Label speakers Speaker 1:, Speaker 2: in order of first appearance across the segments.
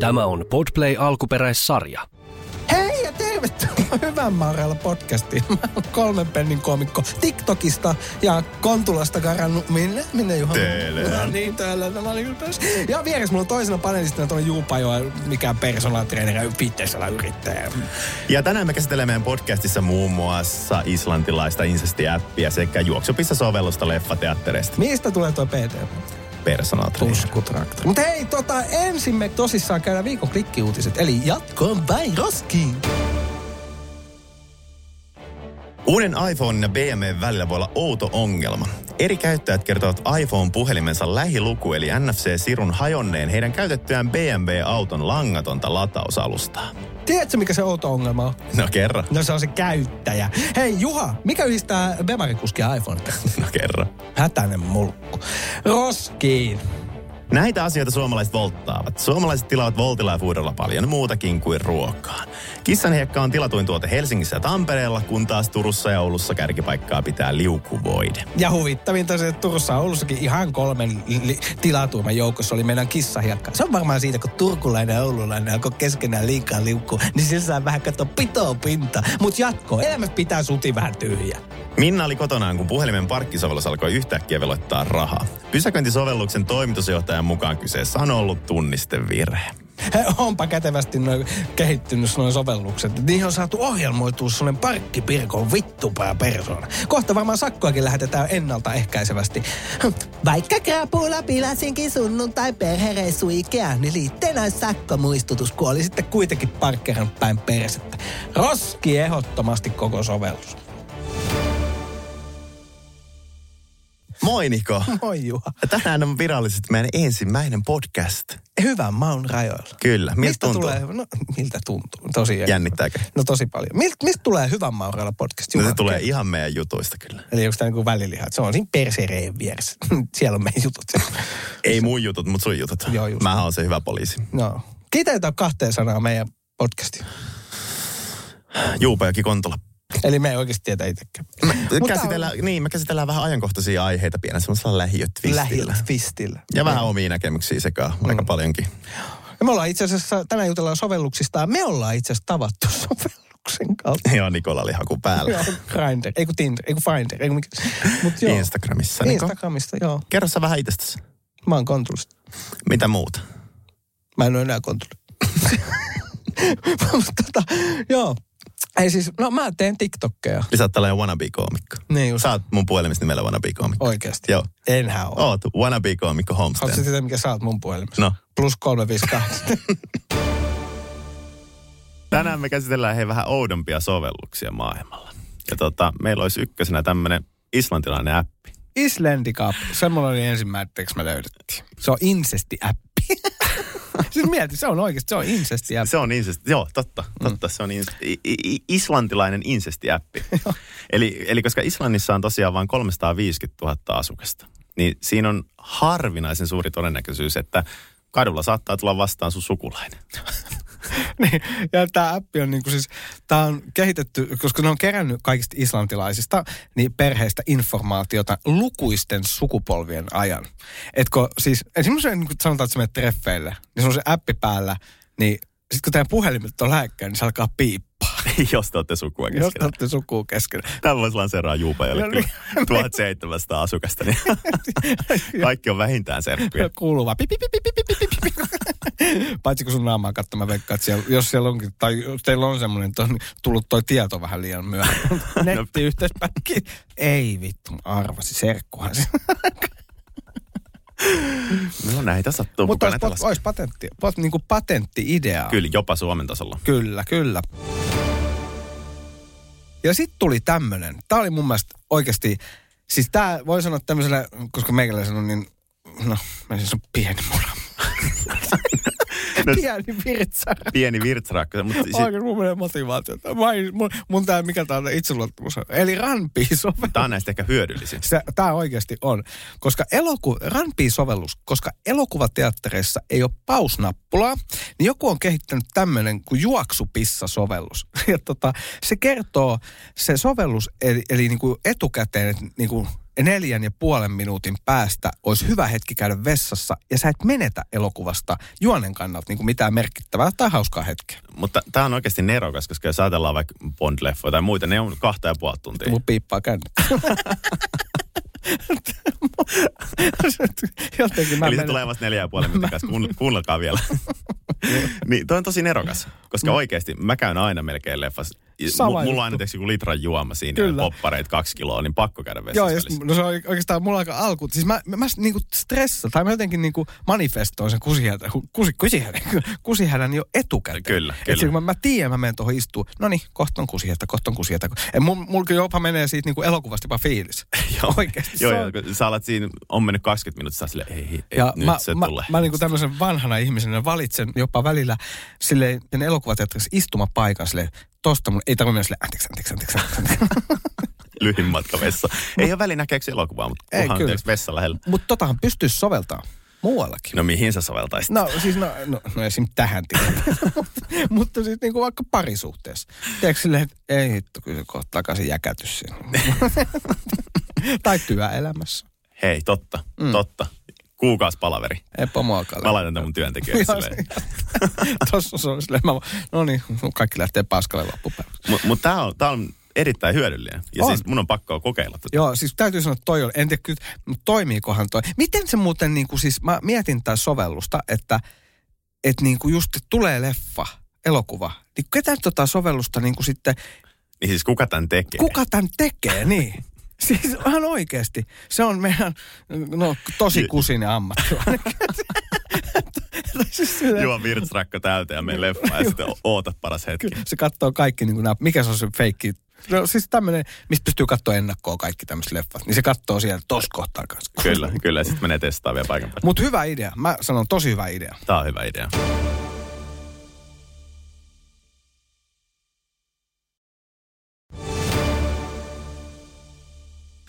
Speaker 1: Tämä on Podplay alkuperäissarja.
Speaker 2: Hei ja tervetuloa Hyvän Maaralla podcastiin. Mä oon kolmen pennin komikko TikTokista ja Kontulasta karannut. Minne? Minne Juha?
Speaker 3: Teille.
Speaker 2: No niin, täällä. No, mä olin kyllä pääs- Ja vieressä mulla on toisena panelistina tuonne Juupajoa, mikä on personal trainer ja fitnessalan yrittäjä.
Speaker 3: Ja tänään me käsittelemme meidän podcastissa muun muassa islantilaista insestiäppiä sekä juoksupissa sovellusta leffateatterista.
Speaker 2: Mistä tulee tuo PT?
Speaker 3: Personal trainer.
Speaker 2: Tuskutraktori. Mutta hei, tota, ensin me tosissaan käydään viikon klikkiuutiset. Eli jatkoon vain roskiin.
Speaker 3: Uuden iPhone ja BMW välillä voi olla outo ongelma. Eri käyttäjät kertovat iPhone-puhelimensa lähiluku eli NFC-sirun hajonneen heidän käytettyään BMW-auton langatonta latausalustaa.
Speaker 2: Tiedätkö, mikä se outo ongelma on?
Speaker 3: No kerro,
Speaker 2: No se on se käyttäjä. Hei Juha, mikä yhdistää Bemarikuskia iPhonetta?
Speaker 3: no kerro.
Speaker 2: Hätäinen mulkku. Roskiin.
Speaker 3: Näitä asioita suomalaiset volttaavat. Suomalaiset tilaavat Voltilla ja Foodilla paljon muutakin kuin ruokaa. Kissanhiekka on tilatuin tuote Helsingissä ja Tampereella, kun taas Turussa ja Oulussa kärkipaikkaa pitää liukuvoide.
Speaker 2: Ja huvittavinta se, että Turussa ja Oulussakin ihan kolmen li- li- tilatuimman joukossa oli meidän kissahiekka. Se on varmaan siitä, kun turkulainen ja oululainen alkoi keskenään liikaa liukkuu, niin sillä saa vähän katsoa pitoa pinta. Mut jatko, elämä pitää suti vähän tyhjä.
Speaker 3: Minna oli kotonaan, kun puhelimen parkkisovellus alkoi yhtäkkiä veloittaa rahaa. Pysäköintisovelluksen toimitusjohtajan mukaan kyseessä on ollut tunnistevirhe.
Speaker 2: He, onpa kätevästi noin kehittynyt noin sovellukset. Niihin on saatu ohjelmoitua sellainen parkkipirkon vittupää persoona. Kohta varmaan sakkoakin lähetetään ennaltaehkäisevästi. Hm, Vaikka krapuula pilasinkin sunnuntai perhereissu Ikea, niin liitteenä on sakkomuistutus, kun oli sitten kuitenkin parkkeran päin persettä. Roski ehdottomasti koko sovellus.
Speaker 3: Moi Niko!
Speaker 2: Moi Juha.
Speaker 3: Tänään on virallisesti meidän ensimmäinen podcast.
Speaker 2: Hyvän maun rajoilla.
Speaker 3: Kyllä, miltä
Speaker 2: Mistä
Speaker 3: tuntuu?
Speaker 2: tulee? No, miltä tuntuu? Tosi
Speaker 3: Jännittääkö?
Speaker 2: No tosi paljon. Mist, mistä tulee hyvän maun rajoilla podcast?
Speaker 3: No
Speaker 2: Juha?
Speaker 3: se tulee ihan meidän jutuista kyllä.
Speaker 2: Eli onko tämä niinku välilihat? Se on siinä persereen vieressä. Siellä on meidän jutut.
Speaker 3: Ei mun jutut, mutta sun jutut.
Speaker 2: Joo, just.
Speaker 3: Mä oon se hyvä poliisi.
Speaker 2: no. Kiteytä kahteen sanaan meidän podcasti.
Speaker 3: Juupajoki Kontola.
Speaker 2: Eli me ei oikeasti tietä itsekään. Mutta
Speaker 3: Käsitellään, niin, me käsitellään vähän ajankohtaisia aiheita pienen semmoisella lähiötvistillä.
Speaker 2: Lähillä twistillä.
Speaker 3: Ja vähän omia näkemyksiä sekaan, aika
Speaker 2: Mm.
Speaker 3: paljonkin.
Speaker 2: Niin. Ja me ollaan itse asiassa, tänään jutellaan sovelluksista. Me ollaan itse asiassa tavattu sovelluksen kautta.
Speaker 3: Joo, Nikola oli haku
Speaker 2: joo,
Speaker 3: päällä.
Speaker 2: Grindr, ei kun Tinder, ei kun Finder, ei kun mikä. Mut joo, Niin.
Speaker 3: Instagramissa, Niko.
Speaker 2: Instagramista, joo.
Speaker 3: Kerro sä vähän itsestäsi.
Speaker 2: Mä oon kontulista.
Speaker 3: Mitä muuta?
Speaker 2: Mä en ole enää kontuli. Mutta tota, joo. Ei siis, no mä teen TikTokkeja.
Speaker 3: Niin sä oot tällainen wannabe-koomikko.
Speaker 2: Niin just.
Speaker 3: Sä oot mun puhelimessa nimellä wannabe-koomikko.
Speaker 2: Oikeasti.
Speaker 3: Joo.
Speaker 2: Enhän ole.
Speaker 3: Oot wannabe-koomikko Homestead.
Speaker 2: Haluatko sitä, mikä saat mun puhelimessa?
Speaker 3: No.
Speaker 2: Plus 358.
Speaker 3: Tänään me käsitellään hei vähän oudompia sovelluksia maailmalla. Ja tota, meillä olisi ykkösenä tämmönen islantilainen appi.
Speaker 2: Islanti Cup. Semmoinen oli ensimmäiseksi me löydettiin. Se on incesti-appi. siis mieti, se on oikeasti, se on incesti-appi.
Speaker 3: Se on insesti, joo, totta,
Speaker 2: Mm.
Speaker 3: totta. Se on ins, i, i, islantilainen insestiäppi. eli, eli koska Islannissa on tosiaan vain 350 000 asukasta, niin siinä on harvinaisen suuri todennäköisyys, että kadulla saattaa tulla vastaan sun sukulainen.
Speaker 2: niin, ja tämä appi on niinku siis, tämä on kehitetty, koska ne on kerännyt kaikista islantilaisista niin perheistä informaatiota lukuisten sukupolvien ajan. Etkö siis, esimerkiksi niin kun sanotaan, että sä menet treffeille, niin se on se appi päällä, niin sitten kun teidän puhelimet on lähekkäin, niin se alkaa piippaa.
Speaker 3: Jos te olette sukua
Speaker 2: Jos te
Speaker 3: keskenään.
Speaker 2: olette sukua keskenään.
Speaker 3: Tämä voisi lanseeraa Juupajalle
Speaker 2: No
Speaker 3: kyllä 1700 asukasta, niin kaikki on vähintään serkkuja.
Speaker 2: Kuuluva. Pi, pi, pi, pi, pi, pi, pi, pi. Paitsi kun sun naamaa katsoa, mä veikkaan, että siellä, jos siellä onkin, tai jos teillä on semmoinen, että on tullut toi tieto vähän liian myöhään. Nettiyhteyspätki. Ei vittu, mä arvasin, serkkuhan se.
Speaker 3: No näitä sattuu,
Speaker 2: Mutta
Speaker 3: kuka
Speaker 2: olisi,
Speaker 3: näitä
Speaker 2: pot,
Speaker 3: laskee.
Speaker 2: olisi patentti, pot, niin kuin patentti-idea.
Speaker 3: Kyllä, jopa Suomen tasolla.
Speaker 2: Kyllä, kyllä. Ja sitten tuli tämmönen. Tämä oli mun mielestä oikeasti, siis tämä voi sanoa tämmöisellä, koska meikäläisen on niin, no, mä siis on pieni mura.
Speaker 3: No,
Speaker 2: pieni virtsara.
Speaker 3: pieni virtsraakka, mutta siis,
Speaker 2: Oikein mun menee motivaatiota. Mä en, mun, mun tää, mikä tää on, tää itseluottamus on. Eli rampii-sovellus.
Speaker 3: tämä on näistä ehkä hyödyllisin.
Speaker 2: Se, tää oikeasti on. Koska eloku, rampii-sovellus, koska elokuvateattereissa ei ole pausnappulaa, niin joku on kehittänyt tämmöinen kuin juoksupissa-sovellus. Ja tota, se kertoo, se sovellus, eli, eli niin kuin niinku etukäteen, että niin kuin, neljän ja puolen minuutin päästä olisi hyvä hetki käydä vessassa ja sä et menetä elokuvasta juonen kannalta niin kuin mitään merkittävää tai hauskaa hetkeä.
Speaker 3: Mutta tämä on oikeasti nerokas, koska jos ajatellaan vaikka Bond-leffoja tai muita, ne on kahta ja puoli tuntia.
Speaker 2: Mulla piippaa kännit. Jotenkin mä
Speaker 3: Eli se
Speaker 2: menen.
Speaker 3: tulee vasta neljä ja puoli minuutin kanssa. Kuun- Kuunnelkaa vielä. niin, toi on tosi nerokas, koska oikeasti mä käyn aina melkein leffassa. I-
Speaker 2: Sama
Speaker 3: mu-
Speaker 2: juttu.
Speaker 3: mulla on aina tietysti joku litran juoma siinä
Speaker 2: Kyllä.
Speaker 3: ja poppareita kaksi kiloa, niin pakko käydä
Speaker 2: Joo,
Speaker 3: vessassa
Speaker 2: jos,
Speaker 3: välissä.
Speaker 2: no se on oike- oikeastaan mulla aika alku. Siis mä, mä, mä niinku stressaan, tai mä jotenkin niinku manifestoin sen kusihädän, kusi, kusihädän, kusihädän jo etukäteen.
Speaker 3: Kyllä,
Speaker 2: Et
Speaker 3: kyllä.
Speaker 2: sit kun mä, mä tiedän, mä menen tuohon istuun, no niin, kohta on kusihätä, kohta on kusihätä. Ja mul, mulla kyllä jopa menee siitä niinku elokuvasta jopa fiilis.
Speaker 3: Joo,
Speaker 2: Oikeesti
Speaker 3: joo,
Speaker 2: se
Speaker 3: joo,
Speaker 2: on-
Speaker 3: kun sä alat siinä, on mennyt 20 minuuttia, sä oot silleen, ei, ei, ei,
Speaker 2: Ja
Speaker 3: nyt
Speaker 2: mä,
Speaker 3: se
Speaker 2: mä,
Speaker 3: tulee.
Speaker 2: mä niinku tämmöisen vanhana ihmisenä valitsen jopa välillä silleen, sen elokuvateatterissa istumapaikan silleen, tosta mun, ei tarvitse mennä silleen, anteeksi, anteeksi, anteeksi, anteeksi.
Speaker 3: Lyhin matka vessa. Ei ole väliä näkeekö elokuvaa, mutta
Speaker 2: Ei,
Speaker 3: kunhan
Speaker 2: kyllä.
Speaker 3: teeks vessa lähellä.
Speaker 2: Mutta totahan pystyisi soveltamaan muuallakin.
Speaker 3: No mihin sä soveltaisit?
Speaker 2: No siis no, no, no esim. tähän tilanteeseen. Mutta siis niinku vaikka parisuhteessa. Tiedätkö silleen, että ei hitto, kyllä se kohta takaisin jäkätys siinä. tai työelämässä.
Speaker 3: Hei, totta,
Speaker 2: Mm.
Speaker 3: totta. Kuukauspalaveri.
Speaker 2: Ei pomoakaan.
Speaker 3: Mä laitan tämän mun työntekijöille
Speaker 2: Joo,
Speaker 3: silleen.
Speaker 2: Tossa se on silleen, mä, no niin, kaikki lähtee paskalle loppupäiväksi.
Speaker 3: Mutta mut tämä on, tää on erittäin hyödyllinen. Ja
Speaker 2: On.
Speaker 3: siis mun on pakko kokeilla tätä.
Speaker 2: Joo, siis täytyy sanoa, että toi on, en tiedä kyllä, mutta toimiikohan toi. Miten se muuten niin kuin siis, mä mietin tätä sovellusta, että et niin kuin just että tulee leffa, elokuva, niin ketä tota sovellusta niin kuin sitten
Speaker 3: Niin siis kuka tämän tekee?
Speaker 2: Kuka tämän tekee, niin? Siis ihan oikeasti. Se on meidän no, tosi kusinen ammattilainen. Siis silleen,
Speaker 3: Juo virtsrakka täyteen ja mene leffaan ja sitten oota paras hetki.
Speaker 2: se katsoo kaikki, niin kuin nämä, mikä se on se feikki. No siis tämmöinen, mistä pystyy katsoa ennakkoa kaikki tämmöiset leffat. Niin se katsoo siellä tos kohtaa kanssa.
Speaker 3: Kyllä, kyllä. Sitten menee testaa vielä paikan päälle.
Speaker 2: Mutta hyvä idea. Mä sanon tosi hyvä idea.
Speaker 3: Tämä on hyvä idea.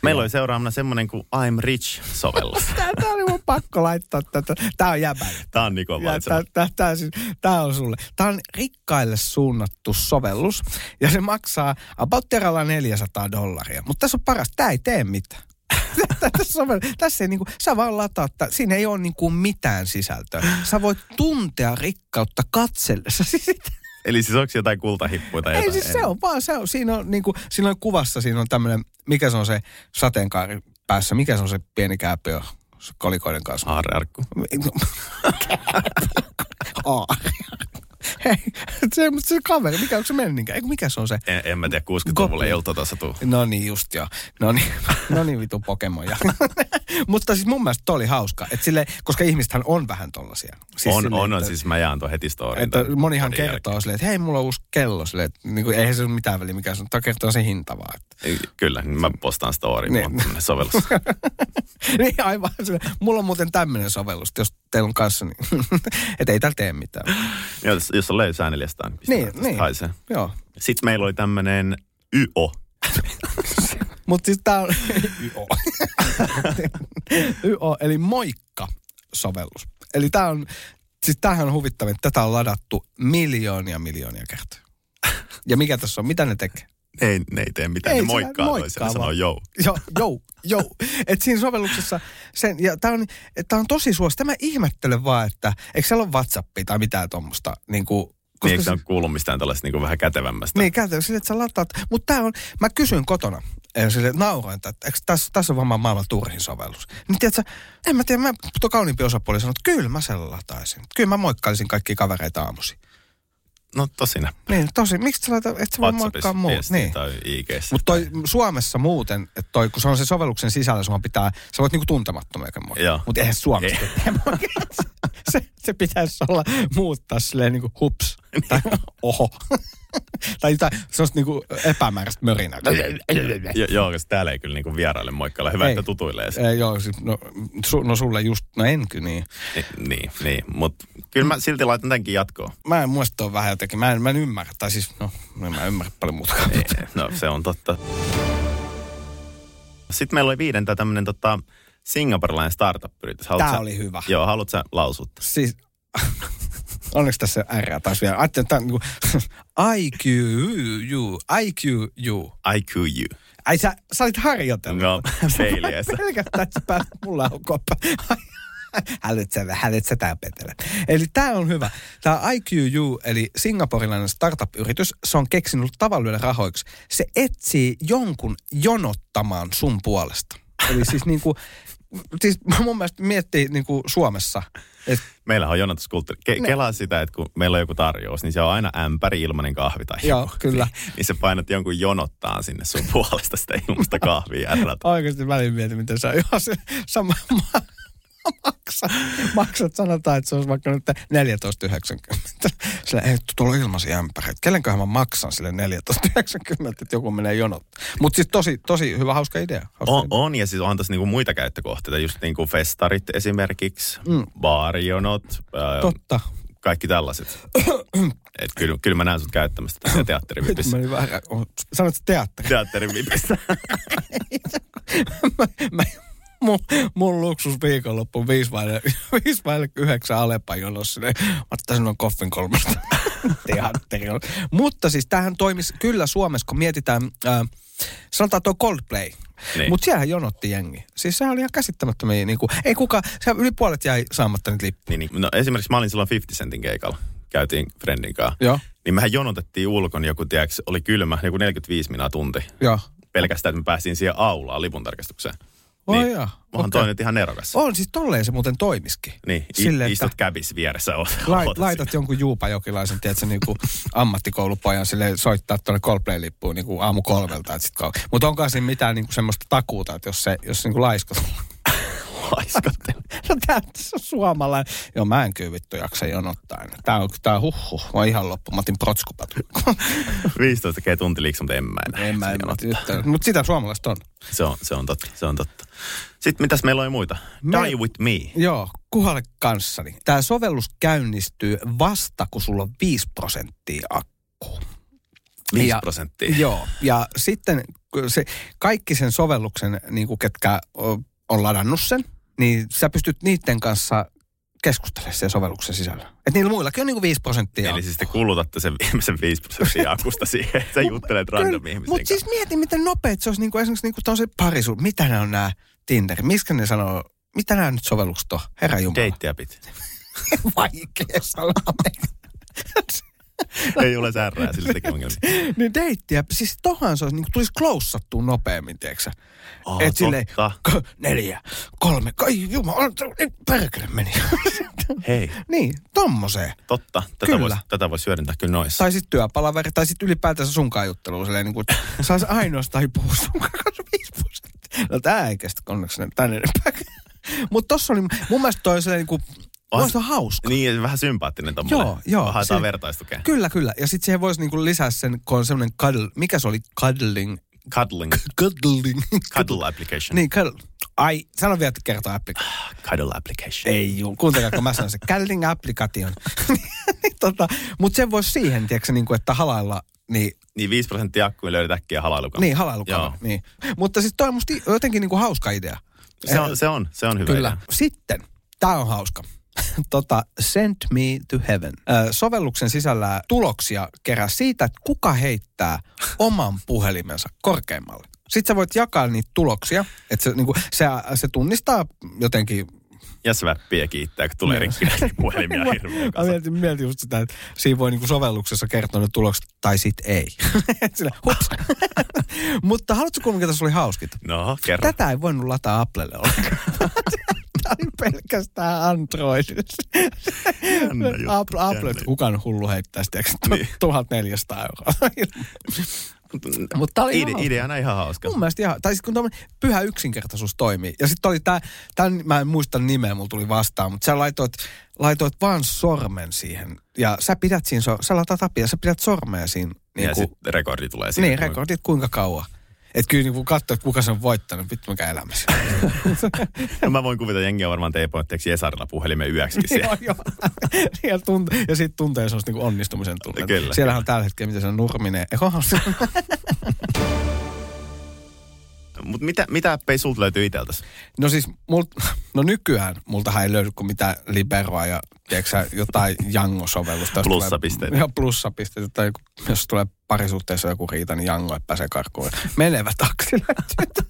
Speaker 3: Meillä oli seuraavana semmoinen kuin I'm Rich-sovellus.
Speaker 2: Tää, tää oli mun pakko laittaa tätä. Tää on jäbä.
Speaker 3: Tämä on Nikon
Speaker 2: Ja
Speaker 3: valitsema.
Speaker 2: tää, tää, tää, siis, tää on sulle. Tää on rikkaille suunnattu sovellus ja se maksaa about teralla 400 dollaria. Mutta tässä on paras, tää ei tee mitään. Tää- tässä, sovell- tässä ei niinku, sä vaan lataat, tää- siinä ei ole niinku mitään sisältöä. Sä voit tuntea rikkautta katsellessa sitä.
Speaker 3: Eli siis onko jotain kultahippuja tai
Speaker 2: Ei
Speaker 3: jotain?
Speaker 2: siis se on vaan, se on, siinä on niinku, siinä on kuvassa, siinä on tämmönen, mikä se on se sateenkaari päässä, mikä se on se pieni kääpiö se kolikoiden kanssa.
Speaker 3: Haararkku.
Speaker 2: Aari. Hei, se, mutta se kaveri, mikä, onko se menninkään? Eikö mikä se on se?
Speaker 3: En, en mä tiedä, 60-luvulla ei ollut tota satua.
Speaker 2: No niin, just joo. No niin, no niin vitu Pokemoja. mutta siis mun mielestä toi oli hauska, et sille, koska ihmistähän on vähän tollasia. Siis
Speaker 3: on,
Speaker 2: silleen,
Speaker 3: on, on,
Speaker 2: että-
Speaker 3: siis mä jaan tuon heti storin.
Speaker 2: Että
Speaker 3: tän
Speaker 2: monihan
Speaker 3: podin
Speaker 2: kertoo silleen, että hei, mulla on uusi kello. Silleen, että niin kuin, eihän se ole mitään väliä, mikä se on. Tämä kertoo se hinta vaan. Että.
Speaker 3: jälkeen. Kyllä, niin mä postaan storin,
Speaker 2: Niin.
Speaker 3: niin. tämmönen sovellus.
Speaker 2: niin aivan. Silleen, mulla on muuten tämmöinen sovellus, että jos teillä on kanssa, niin että ei täällä tee mitään.
Speaker 3: Ja jos, jos on löysää neljästään, niin,
Speaker 2: Niin,
Speaker 3: pistetään tästä
Speaker 2: niin.
Speaker 3: haisee.
Speaker 2: Joo.
Speaker 3: Sitten meillä oli tämmönen YO.
Speaker 2: Mutta siis tää on YO. YO, eli moikka-sovellus. Eli tää on, siis tämähän on huvittavin, että tätä on ladattu miljoonia miljoonia kertaa. Ja mikä tässä on, mitä ne tekee?
Speaker 3: Ei, ne ei tee mitään,
Speaker 2: Ei,
Speaker 3: ei, ne
Speaker 2: sillä
Speaker 3: moikkaa
Speaker 2: moikkaa
Speaker 3: toiselle,
Speaker 2: vaan.
Speaker 3: sanoo jou. Niin,
Speaker 2: Joo, joo, joo. Et siinä sovelluksessa, sen, ja tää on, et tää on tosi suosittu. Mä ihmettelen vaan, että eikö siellä ole WhatsAppia tai mitään tuommoista, niin kuin,
Speaker 3: Niin eikö se on kuullut mistään tällaista niin vähän kätevämmästä?
Speaker 2: Niin, käytännössä sille, että sä lataat. Mutta tää on, mä kysyin kotona, eh, sille nauroin, että eikö tässä, tässä on varmaan maailman turhin sovellus. Niin tiedätkö, en mä tiedä, mä tuo kauniimpi osapuoli sanoi, että kyllä mä sen lataisin. Kyllä mä moikkailisin kaikki kavereita aamusi.
Speaker 3: No tosina.
Speaker 2: Niin, tosi, miksi sä laitat, et sä voi moikkaa
Speaker 3: WhatsAppissa
Speaker 2: muut?
Speaker 3: viestiä
Speaker 2: Niin.
Speaker 3: tai IGssä.
Speaker 2: Mutta toi Suomessa muuten, että toi, kun se on se sovelluksen sisällä, sun pitää, sä voit niinku tuntemattomia
Speaker 3: Joo.
Speaker 2: moikkaa. Mutta eihän Suomessa se, se pitäisi olla muuttaa silleen niinku hups
Speaker 3: Niin.
Speaker 2: tai oho. tai jotain semmoista niinku epämääräistä mörinää.
Speaker 3: Jo, joo, koska täällä ei kyllä niinku vieraille moikkailla. Hyvä,
Speaker 2: Ei.
Speaker 3: että tutuilee. se.
Speaker 2: Ei, joo, siis, no, su, no sulle just, no enkö niin.
Speaker 3: Ni- Niin, niin. Mutta kyllä mä silti laitan tämänkin jatkoon.
Speaker 2: Mä en muista on vähän jotenkin, mä en, mä en ymmärrä, tai siis, no, en mä ymmärrä paljon muutakaan.
Speaker 3: Ei, No se on totta. Sitten meillä oli viidentä tämmöinen tota, singapurilainen startup-yritys. Haluat
Speaker 2: Tää
Speaker 3: sä-
Speaker 2: oli hyvä.
Speaker 3: Joo, haluatko sä lausutta?
Speaker 2: Siis, onneksi tässä R taas vielä. Ajattelin, että tämä on niinku IQ, IQ, IQ,
Speaker 3: IQU.
Speaker 2: Ai sä, sä olit harjoitellut.
Speaker 3: No, peiliessä.
Speaker 2: Pelkästään sä pääsit mulla aukoppa. Hälyt sä, hälyt sä tää Petele. Eli tää on hyvä. Tää IQU, eli singaporilainen startup-yritys, se on keksinyt tavallille rahoiksi. Se etsii jonkun jonottamaan sun puolesta. Eli siis niinku, siis mun mielestä miettii niinku Suomessa, että
Speaker 3: Meillähän on jonotuskulttuuri. Ke-
Speaker 2: Ne-
Speaker 3: Kelaa sitä, että kun meillä on joku tarjous, niin se on aina ämpäri ilmanen kahvi tai
Speaker 2: Joo,
Speaker 3: joku.
Speaker 2: kyllä.
Speaker 3: Niin, niin sä painat jonkun jonottaa sinne sun puolesta sitä ilmasta kahvia ja rata.
Speaker 2: Oikeasti välillä mietin, miten sä ihan se, sä ma- ma- maksat, maksat, sanotaan, että se olisi vaikka nyt 14,90. Sillä ei, vittu, tuolla on ilmaisia ämpäreitä. Kelenköhän mä maksan sille 14,90, että joku menee jonot. Mutta siis tosi, tosi hyvä, hauska idea. Hauska
Speaker 3: On,
Speaker 2: idea.
Speaker 3: on, ja siis on tässä niinku muita käyttökohteita, just niinku festarit esimerkiksi,
Speaker 2: Mm.
Speaker 3: mm. baarijonot, ää,
Speaker 2: Totta.
Speaker 3: kaikki tällaiset. Et kyllä, kyllä mä näen sut käyttämästä tässä
Speaker 2: Nyt mä
Speaker 3: teatterivipissä.
Speaker 2: olin vähän, sanoit sä teatteri.
Speaker 3: teatterivipissä.
Speaker 2: mä, mä, mun, mun luksus viikonloppu on viisi vaille, viisi vaille yhdeksän Alepa jonossa. Niin Mä ottaisin noin koffin kolmesta teatterilla. Mutta siis tämähän toimisi kyllä Suomessa, kun mietitään, äh, sanotaan tuo Coldplay. Niin.
Speaker 3: Niin.
Speaker 2: Mutta siellähän jonotti jengi. Siis sehän oli ihan käsittämättömiä. Niin kuin, ei kuka, se yli puolet jäi saamatta nyt lippuja.
Speaker 3: niin, niin. No, esimerkiksi mä olin silloin 50 Centin keikalla. Käytiin Friendin kanssa.
Speaker 2: Joo,
Speaker 3: Niin mehän jonotettiin ulkon joku, tiedäks, oli kylmä, joku 45 minaa tunti.
Speaker 2: joo.
Speaker 3: Pelkästään, että me päästiin siihen aulaan lipuntarkastukseen.
Speaker 2: Voi
Speaker 3: niin,
Speaker 2: jaa,
Speaker 3: Onhan
Speaker 2: okei.
Speaker 3: toi nyt ihan nerokas.
Speaker 2: On siis tolleen se muuten toimiskin.
Speaker 3: Niin, i-
Speaker 2: Silleen, että-
Speaker 3: istut kävis vieressä. Oot,
Speaker 2: Lait, laitat jonkun juupajokilaisen, tiedätkö, niin kuin ammattikoulupojan sille soittaa tuonne Coldplay-lippuun niin kuin aamu kolmelta. Mutta onko siinä mitään niin kuin semmoista takuuta, että jos se, jos se niin kuin laiskot...
Speaker 3: Laiskattelu.
Speaker 2: No tää se on suomalainen. Joo, mä en kyllä vittu jaksa jonottaa. enää. Tää on, tää on huhhuh. Mä oon ihan loppu. Mä otin protskupat.
Speaker 3: 15 tekee tunti liikaa, mutta en mä enää.
Speaker 2: en mä, en
Speaker 3: Siinä
Speaker 2: mä.
Speaker 3: on-
Speaker 2: Mutta sitä suomalaiset on.
Speaker 3: Se on, se on totta, se on totta. Sitten mitäs meillä oli muita?
Speaker 2: Me-
Speaker 3: Die with me.
Speaker 2: Joo, kuhalle kanssani. Tämä sovellus käynnistyy vasta, kun sulla on 5 prosenttia akkuu.
Speaker 3: 5
Speaker 2: Ja-
Speaker 3: prosenttia.
Speaker 2: Joo, ja sitten kun se, kaikki sen sovelluksen, niin kuin ketkä o, on ladannut sen, niin sä pystyt niiden kanssa keskustelemaan sen sovelluksen sisällä. Et niillä muillakin on niin kuin 5 prosenttia.
Speaker 3: Eli siis te kulutatte sen viimeisen 5 prosenttia akusta siihen, että sä juttelet random ihmisten
Speaker 2: Mutta siis mieti, miten nopeet se olisi niin kuin esimerkiksi niin kuin se parisu. Mitä nämä on nämä Tinder? Miskä ne sanoo? Mitä nämä nyt sovellukset on? Herra Jumala.
Speaker 3: Deittiä pit.
Speaker 2: Vaikea sanoa.
Speaker 3: Ei ole särrää, sillä teki ongelmia.
Speaker 2: niin deittiä, siis tohan se olisi, niin tulisi kloussattua nopeammin, tiedätkö
Speaker 3: Oh,
Speaker 2: Et silleen,
Speaker 3: totta.
Speaker 2: k- neljä, kolme, kai jumala, ei, perkele meni.
Speaker 3: Hei,
Speaker 2: niin, tommoseen.
Speaker 3: totta.
Speaker 2: Kyllä.
Speaker 3: Tätä voisi tätä vois hyödyntää kyllä noissa.
Speaker 2: Tai sitten työpalaveri, tai sitten ylipäätänsä sunkaan jutteluun, silleen niin kuin, saisi ainoastaan puhua sun kanssa viisi prosenttia. No tää ei kestä onneksi en- tän enempää. Mutta tossa oli, mun mielestä toi on silleen niin kuin,
Speaker 3: On-
Speaker 2: on hauska.
Speaker 3: Niin, vähän sympaattinen tommonen.
Speaker 2: Joo, joo.
Speaker 3: Haetaan
Speaker 2: Sille-
Speaker 3: vertaistukea.
Speaker 2: Kyllä, kyllä. Ja sitten siihen voisi niinku lisää sen, kun on semmoinen cuddle, mikä se oli? Cuddling.
Speaker 3: Cuddling.
Speaker 2: Cuddling.
Speaker 3: Cuddle application.
Speaker 2: Niin, cuddle. Ai, sano vielä kertaa applikaatio.
Speaker 3: Cuddle application.
Speaker 2: Ei juu, kuuntelkaa, kun mä sanon se Källing application. niin, tota, Mutta sen voisi siihen, tiedätkö, niin kuin, että halailla, niin,
Speaker 3: Niin 5 prosenttia akkuja löydät äkkiä halailukalla.
Speaker 2: niin halailukalla.
Speaker 3: Joo.
Speaker 2: Niin. Mutta siis toi on musta jotenkin niin kuin hauska idea.
Speaker 3: Se on, se on, se on hyvä.
Speaker 2: Kyllä.
Speaker 3: idea.
Speaker 2: Sitten, tämä on hauska. Tota, Send Me to Heaven. Ö, Sovelluksen sisällä tuloksia kerää siitä, että kuka heittää oman puhelimensa korkeammalle. Sitten sä voit jakaa niitä tuloksia, että se, niin kuin, se, se tunnistaa jotenkin
Speaker 3: Ja sväppiä kiittää, kun tulee rikki puhelimia hirveän
Speaker 2: Mä
Speaker 3: kanssa.
Speaker 2: mietin, mietin just sitä, että siinä voi niinku sovelluksessa kertoa ne tulokset, tai sit ei. Sillä, hups. Mutta haluatko kuulla, mikä tässä oli hauskinta?
Speaker 3: No, kerro.
Speaker 2: Tätä ei voinut lataa Applelle ollenkaan. Tämä oli pelkästään Androidissa.
Speaker 3: Jännä juttu,
Speaker 2: Apple, Apple
Speaker 3: jännä
Speaker 2: että
Speaker 3: juttu.
Speaker 2: kukan hullu heittäisi, tiedätkö, niin. 1400 euroa. Mutta tämä oli
Speaker 3: Ide,
Speaker 2: hauska.
Speaker 3: ideana ihan hauska.
Speaker 2: Mun mielestä ihan, tai siis kun tommonen pyhä yksinkertaisuus toimii. Ja sitten oli tää, tän mä en muista nimeä, mulla tuli vastaan, mutta sä laitoit, laitoit vaan sormen siihen. Ja sä pidät siinä, so- sä laitat apia, ja sä pidät sormea siinä. Niin,
Speaker 3: Ja
Speaker 2: kuin,
Speaker 3: sitten rekordi tulee siinä.
Speaker 2: niin rekordit kuinka kauan. Et kyllä niin kun katsoo, että kuka sen on voittanut, vittu mikä elämässä.
Speaker 3: No Mä voin kuvitella, että jengi on varmaan teipoinut, teeksi Esarilla puhelimen yöksikin siellä.
Speaker 2: joo, joo. ja, tunte, ja siitä tuntee semmoista niin onnistumisen tunnetta.
Speaker 3: Kyllä,
Speaker 2: Siellähän on tällä hetkellä, mitä se on, Nurminen. Ekohan se on.
Speaker 3: Mutta No, mitä, mitä appei sulta löytyy iteltäs?
Speaker 2: No siis, mult, no nykyään multahan ei löydy kuin mitä liberoa ja tiedätkö, jotain jangosovellusta. jos
Speaker 3: Plussapisteitä.
Speaker 2: Tulee, joo, plussapisteitä. Tai jos tulee parisuhteessa joku riita, niin jango ei pääse karkuun. Menevä taksilla.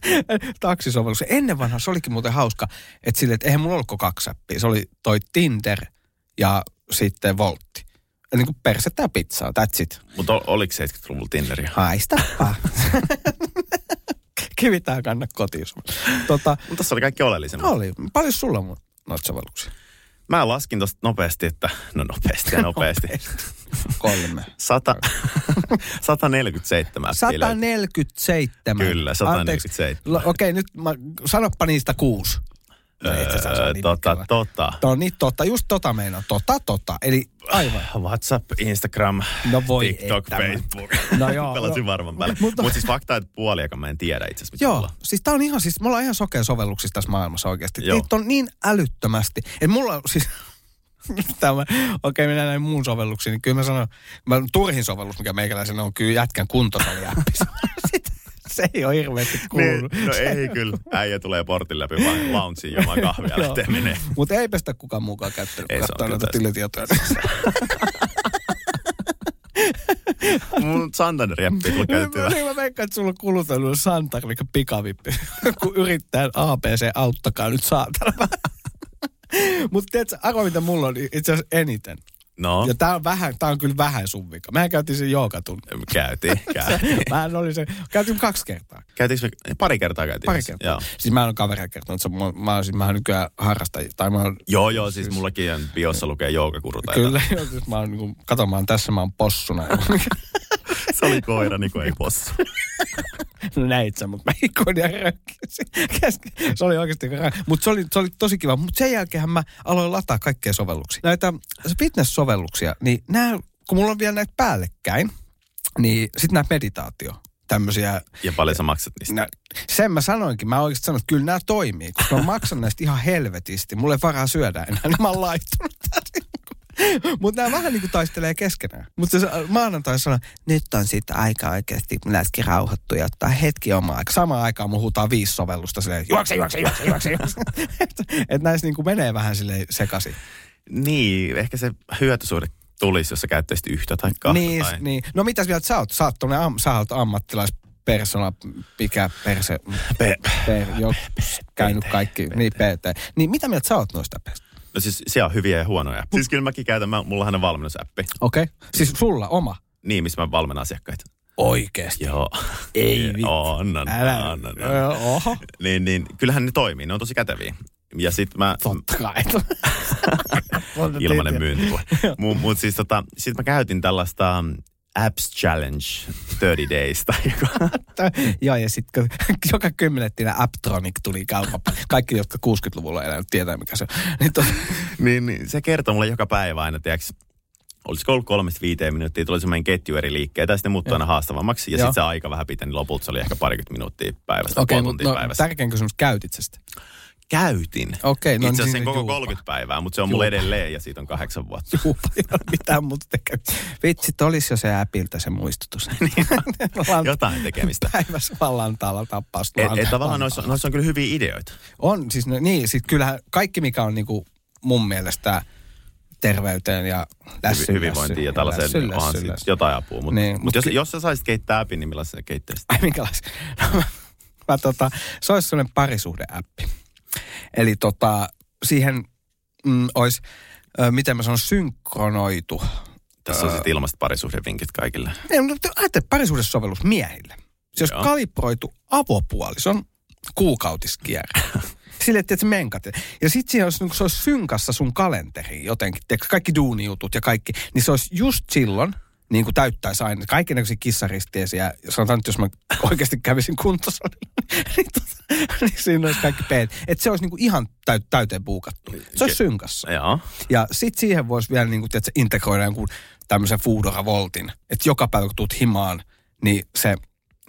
Speaker 2: Taksisovellus. Ennen vanha se olikin muuten hauska, että sille, että eihän mulla ollut kuin kaksi appia. Se oli toi Tinder ja sitten Voltti. Eli niin kuin persettä ja pizzaa, that's it.
Speaker 3: Mutta oliko 70-luvulla Tinderia?
Speaker 2: Haista vaan. Kivitään kanna kotiin sun. Tota,
Speaker 3: Mutta tässä oli kaikki oleellisemmat.
Speaker 2: oli. Paljon sulla on noita sovelluksia?
Speaker 3: Mä laskin tosta nopeasti, että no nopeasti ja nopeasti.
Speaker 2: Kolme.
Speaker 3: Sata, 147 appia löytyy.
Speaker 2: 147.
Speaker 3: Kyllä, 147.
Speaker 2: Anteeksi. Lo- Okei, nyt mä, sanoppa niitä kuusi. No, ei itse asiassa
Speaker 3: Öö,
Speaker 2: ole niin
Speaker 3: tota,
Speaker 2: ikävä.
Speaker 3: tota.
Speaker 2: No niin, tota, just tota meinaa. Tota, tota. Eli aivan.
Speaker 3: WhatsApp, Instagram,
Speaker 2: No voi
Speaker 3: TikTok,
Speaker 2: että mä-
Speaker 3: Facebook.
Speaker 2: No joo,
Speaker 3: Pelasin
Speaker 2: no,
Speaker 3: varman päälle.
Speaker 2: mutta-
Speaker 3: Mutta siis fakta, että puoliakaan mä en tiedä itse asiassa, mitä
Speaker 2: Joo,
Speaker 3: mulla on.
Speaker 2: siis tää on ihan, siis me ollaan ihan sokea sovelluksissa tässä maailmassa oikeasti. Joo.
Speaker 3: Joo.
Speaker 2: Niitä on niin älyttömästi. Et mulla on siis, tämä, okei minä näin muun sovelluksiin, niin kyllä mä sanon, mä, turhin sovellus, mikä meikäläisen on, kyllä jätkän kuntosaliäppi. Sitä- se ei ole hirveästi kuulunut.
Speaker 3: Niin, no ei kyllä. Äijä tulee portin läpi vaan loungeen juomaan kahvia ja lähtee menee.
Speaker 2: Mutta ei pestä kukaan mukaan käyttänyt.
Speaker 3: Ei se on
Speaker 2: Katsotaan
Speaker 3: kyllä
Speaker 2: näitä
Speaker 3: tästä.
Speaker 2: tilitietoja.
Speaker 3: Mun Santander jäppi tuli käytettyä.
Speaker 2: Niin mä veikkaan, että sulla on kulutellut Santar, eli pikavippi. Kun yrittää ABC, auttakaa nyt saatana. Mutta tiedätkö, arvo mitä mulla on itse asiassa eniten.
Speaker 3: No,
Speaker 2: Ja tää on, vähän, tää on kyllä vähän sun vika. Mehän käytiin sen joogatunnin.
Speaker 3: käytiin. käytiin.
Speaker 2: Mähän oli se, käytiin kaksi kertaa.
Speaker 3: Käytiinkö me, pari kertaa käytiin.
Speaker 2: Pari
Speaker 3: siis.
Speaker 2: kertaa.
Speaker 3: Joo.
Speaker 2: Siis mä en ole kaveria kertonut, että se- mä, mä, siis, mä nykyään harrastan, tai mä oon
Speaker 3: Joo, joo, siis mullakin on biossa lukee joogakuru tai
Speaker 2: Kyllä, joo, siis mä oon niinku, kato mä oon tässä, mä oon possuna.
Speaker 3: jotain. Se oli koira, niin kuin ei possu.
Speaker 2: No näit sä, mutta mä ikuin ja rökkäsin. Käsken. Se oli oikeasti Mutta se oli, se oli tosi kiva. Mutta sen jälkeen mä aloin lataa kaikkia sovelluksia. Näitä fitness-sovelluksia, niin nää, kun mulla on vielä näitä päällekkäin, niin sitten nämä meditaatio, tämmöisiä
Speaker 3: Ja paljon sä maksat niistä.
Speaker 2: No, sen mä sanoinkin. Mä oikeasti sanoin, että kyllä nämä toimii, koska mä maksan näistä ihan helvetisti. Mulle ei varaa syödä enää, niin mä oon laittanut Mutta nämä vähän niin kuin taistelee keskenään. Mutta se maanantai sanoi, nyt on sitten aika oikeasti läski rauhoittua ja ottaa hetki omaa aikaa. Samaan aikaan mun huutaa viisi sovellusta silleen, juokse, juokse, juokse, juokse, juokse. Että et näissä niin kuin menee vähän silleen sekaisin.
Speaker 3: Niin, ehkä se hyötysuhde tulisi, jos sä käyttäisit yhtä tai kahta.
Speaker 2: niin,
Speaker 3: tai...
Speaker 2: niin. No mitäs vielä sä oot? Sä oot, tommonen am, sä oot ammattilaispersona, mikä perse...
Speaker 3: Pe-
Speaker 2: Per, jo, käynyt kaikki, niin PT. Niin mitä mieltä sä oot noista appeista?
Speaker 3: No siis siellä on hyviä ja huonoja. Siis kyllä mäkin käytän, mä, mullahan on valmennusäppi.
Speaker 2: Okei. Okay. Siis sulla oma?
Speaker 3: Niin, missä mä valmennan asiakkaita.
Speaker 2: Oikeesti.
Speaker 3: Joo. Niin,
Speaker 2: Ei vittu.
Speaker 3: On, on,
Speaker 2: Älä.
Speaker 3: on, on, on.
Speaker 2: Ö, Oho.
Speaker 3: Niin, niin, kyllähän ne toimii, ne on tosi käteviä. Ja sit mä,
Speaker 2: Totta No, kai.
Speaker 3: ilmanen myynti. Mut, mut siis tota, sit mä käytin tällaista mm, Apps Challenge 30 Days tai joku.
Speaker 2: Joo, ja sitten joka kymmenettinä Aptronic tuli kaupan. Kaikki, jotka 60-luvulla elänyt, tietää mikä se on. Niin tot...
Speaker 3: niin, niin, se kertoo mulle joka päivä aina, tiiäks, olisiko ollut kolmesta viiteen minuuttia, tuli semmoinen ketju eri liikkeitä ja sitten muuttui aina haastavammaksi. Ja
Speaker 2: Joo.
Speaker 3: sitten se aika vähän piteni, lopulta se oli ehkä parikymmentä minuuttia päivästä, okay,
Speaker 2: Okei,
Speaker 3: puoli
Speaker 2: mutta
Speaker 3: tuntia
Speaker 2: no,
Speaker 3: päivässä.
Speaker 2: tärkein kysymys, käytit sä sitä?
Speaker 3: Käytin.
Speaker 2: Okei, no
Speaker 3: Itse
Speaker 2: niin
Speaker 3: asiassa sen
Speaker 2: siinä
Speaker 3: koko
Speaker 2: juupa.
Speaker 3: 30 päivää, mutta se on mulla
Speaker 2: Juupa.
Speaker 3: edelleen ja siitä on kahdeksan vuotta.
Speaker 2: Juupa, ei ole mitään muuta tekemistä. Vitsit, olisi jo se äpiltä se muistutus.
Speaker 3: Niin.
Speaker 2: Lan-
Speaker 3: Jotain tekemistä.
Speaker 2: päivässä vaan lantaalla tappaa sut
Speaker 3: Et, et
Speaker 2: lantaalla.
Speaker 3: tavallaan noissa, noissa on kyllä hyviä ideoita.
Speaker 2: On, siis no, niin, sit kyllähän kaikki mikä on niinku mun mielestä terveyteen ja lässyn,
Speaker 3: Lässy, hyvinvointiin ja tällaiseen niin
Speaker 2: lässyn,
Speaker 3: onhan
Speaker 2: lässyn,
Speaker 3: siitä
Speaker 2: lässyn.
Speaker 3: jotain apua. Mutta
Speaker 2: Niin,
Speaker 3: niin, mut
Speaker 2: mut
Speaker 3: jos,
Speaker 2: ky-
Speaker 3: jos sä saisit keittää appin, niin millaisen sä keittäisit?
Speaker 2: Ai minkälaisen? No, mä, mä tota, se olisi sellainen parisuhdeäppi. Eli tota, siihen mm, olisi, ö, miten mä sanon, synkronoitu.
Speaker 3: Tässä on sitten ilmaiset parisuhdevinkit kaikille.
Speaker 2: Ei, mutta ajattele parisuhdesovellus miehille. Se olisi
Speaker 3: Joo.
Speaker 2: kalibroitu avopuolison kuukautiskierre. Sille, että menkat. Ja sitten siinä olisi, niin se olisi synkassa sun kalenteriin jotenkin. Tiedätkö, kaikki duunijutut ja kaikki. Niin se olisi just silloin, niin kuin täyttäisi aina kaikenlaisia kissaristeisiä. Sanotaan nyt, jos mä oikeasti kävisin kuntosalilla, niin, tota, niin siinä olisi kaikki peet. Että se olisi niin kuin ihan täy- täyteen puukattu. Se olisi synkassa.
Speaker 3: Joo.
Speaker 2: Ja sit siihen voisi vielä niin kuin, tiedätkö, integroida jonkun tämmöisen Foodora Voltin. Että joka päivä kun tuut himaan, niin se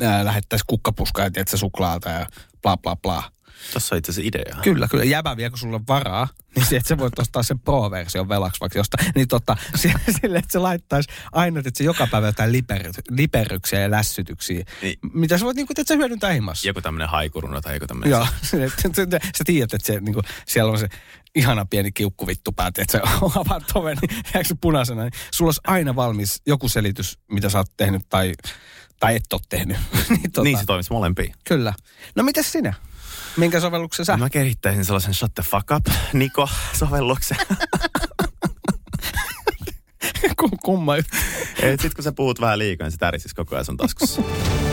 Speaker 2: ää, lähettäisi kukkapuskaa ja tiedätkö, suklaata ja bla bla bla.
Speaker 3: Tässä on itse asiassa idea.
Speaker 2: Kyllä, kyllä. Jäbä vie, kun sulla on varaa, niin se, että sä voit ostaa sen pro-version velaksi vaikka jostain. Niin tota, si- sille, että se laittaisi aina, että se joka päivä jotain liper- liperryksiä ja lässytyksiä.
Speaker 3: Niin.
Speaker 2: Mitä sä voit niin kuin, että sä hyödyntää himassa.
Speaker 3: Joku tämmöinen haikuruna tai joku tämmöinen.
Speaker 2: Joo, että sä- sä tiedät, että se, niin kuin, siellä on se ihana pieni kiukkuvittu päät, että sä avaat oven, niin jääkö se punaisena. Niin sulla olisi aina valmis joku selitys, mitä sä oot tehnyt tai, tai et ole tehnyt. niin, tota,
Speaker 3: Niin se toimisi molempiin.
Speaker 2: Kyllä. No mitäs sinä? Minkä sovelluksen sä?
Speaker 3: Mä kehittäisin sellaisen shut the fuck up Niko-sovelluksen.
Speaker 2: Kumma yhtä.
Speaker 3: Sitten kun sä puhut vähän liikaa, niin se tärisisi koko ajan sun taskussa.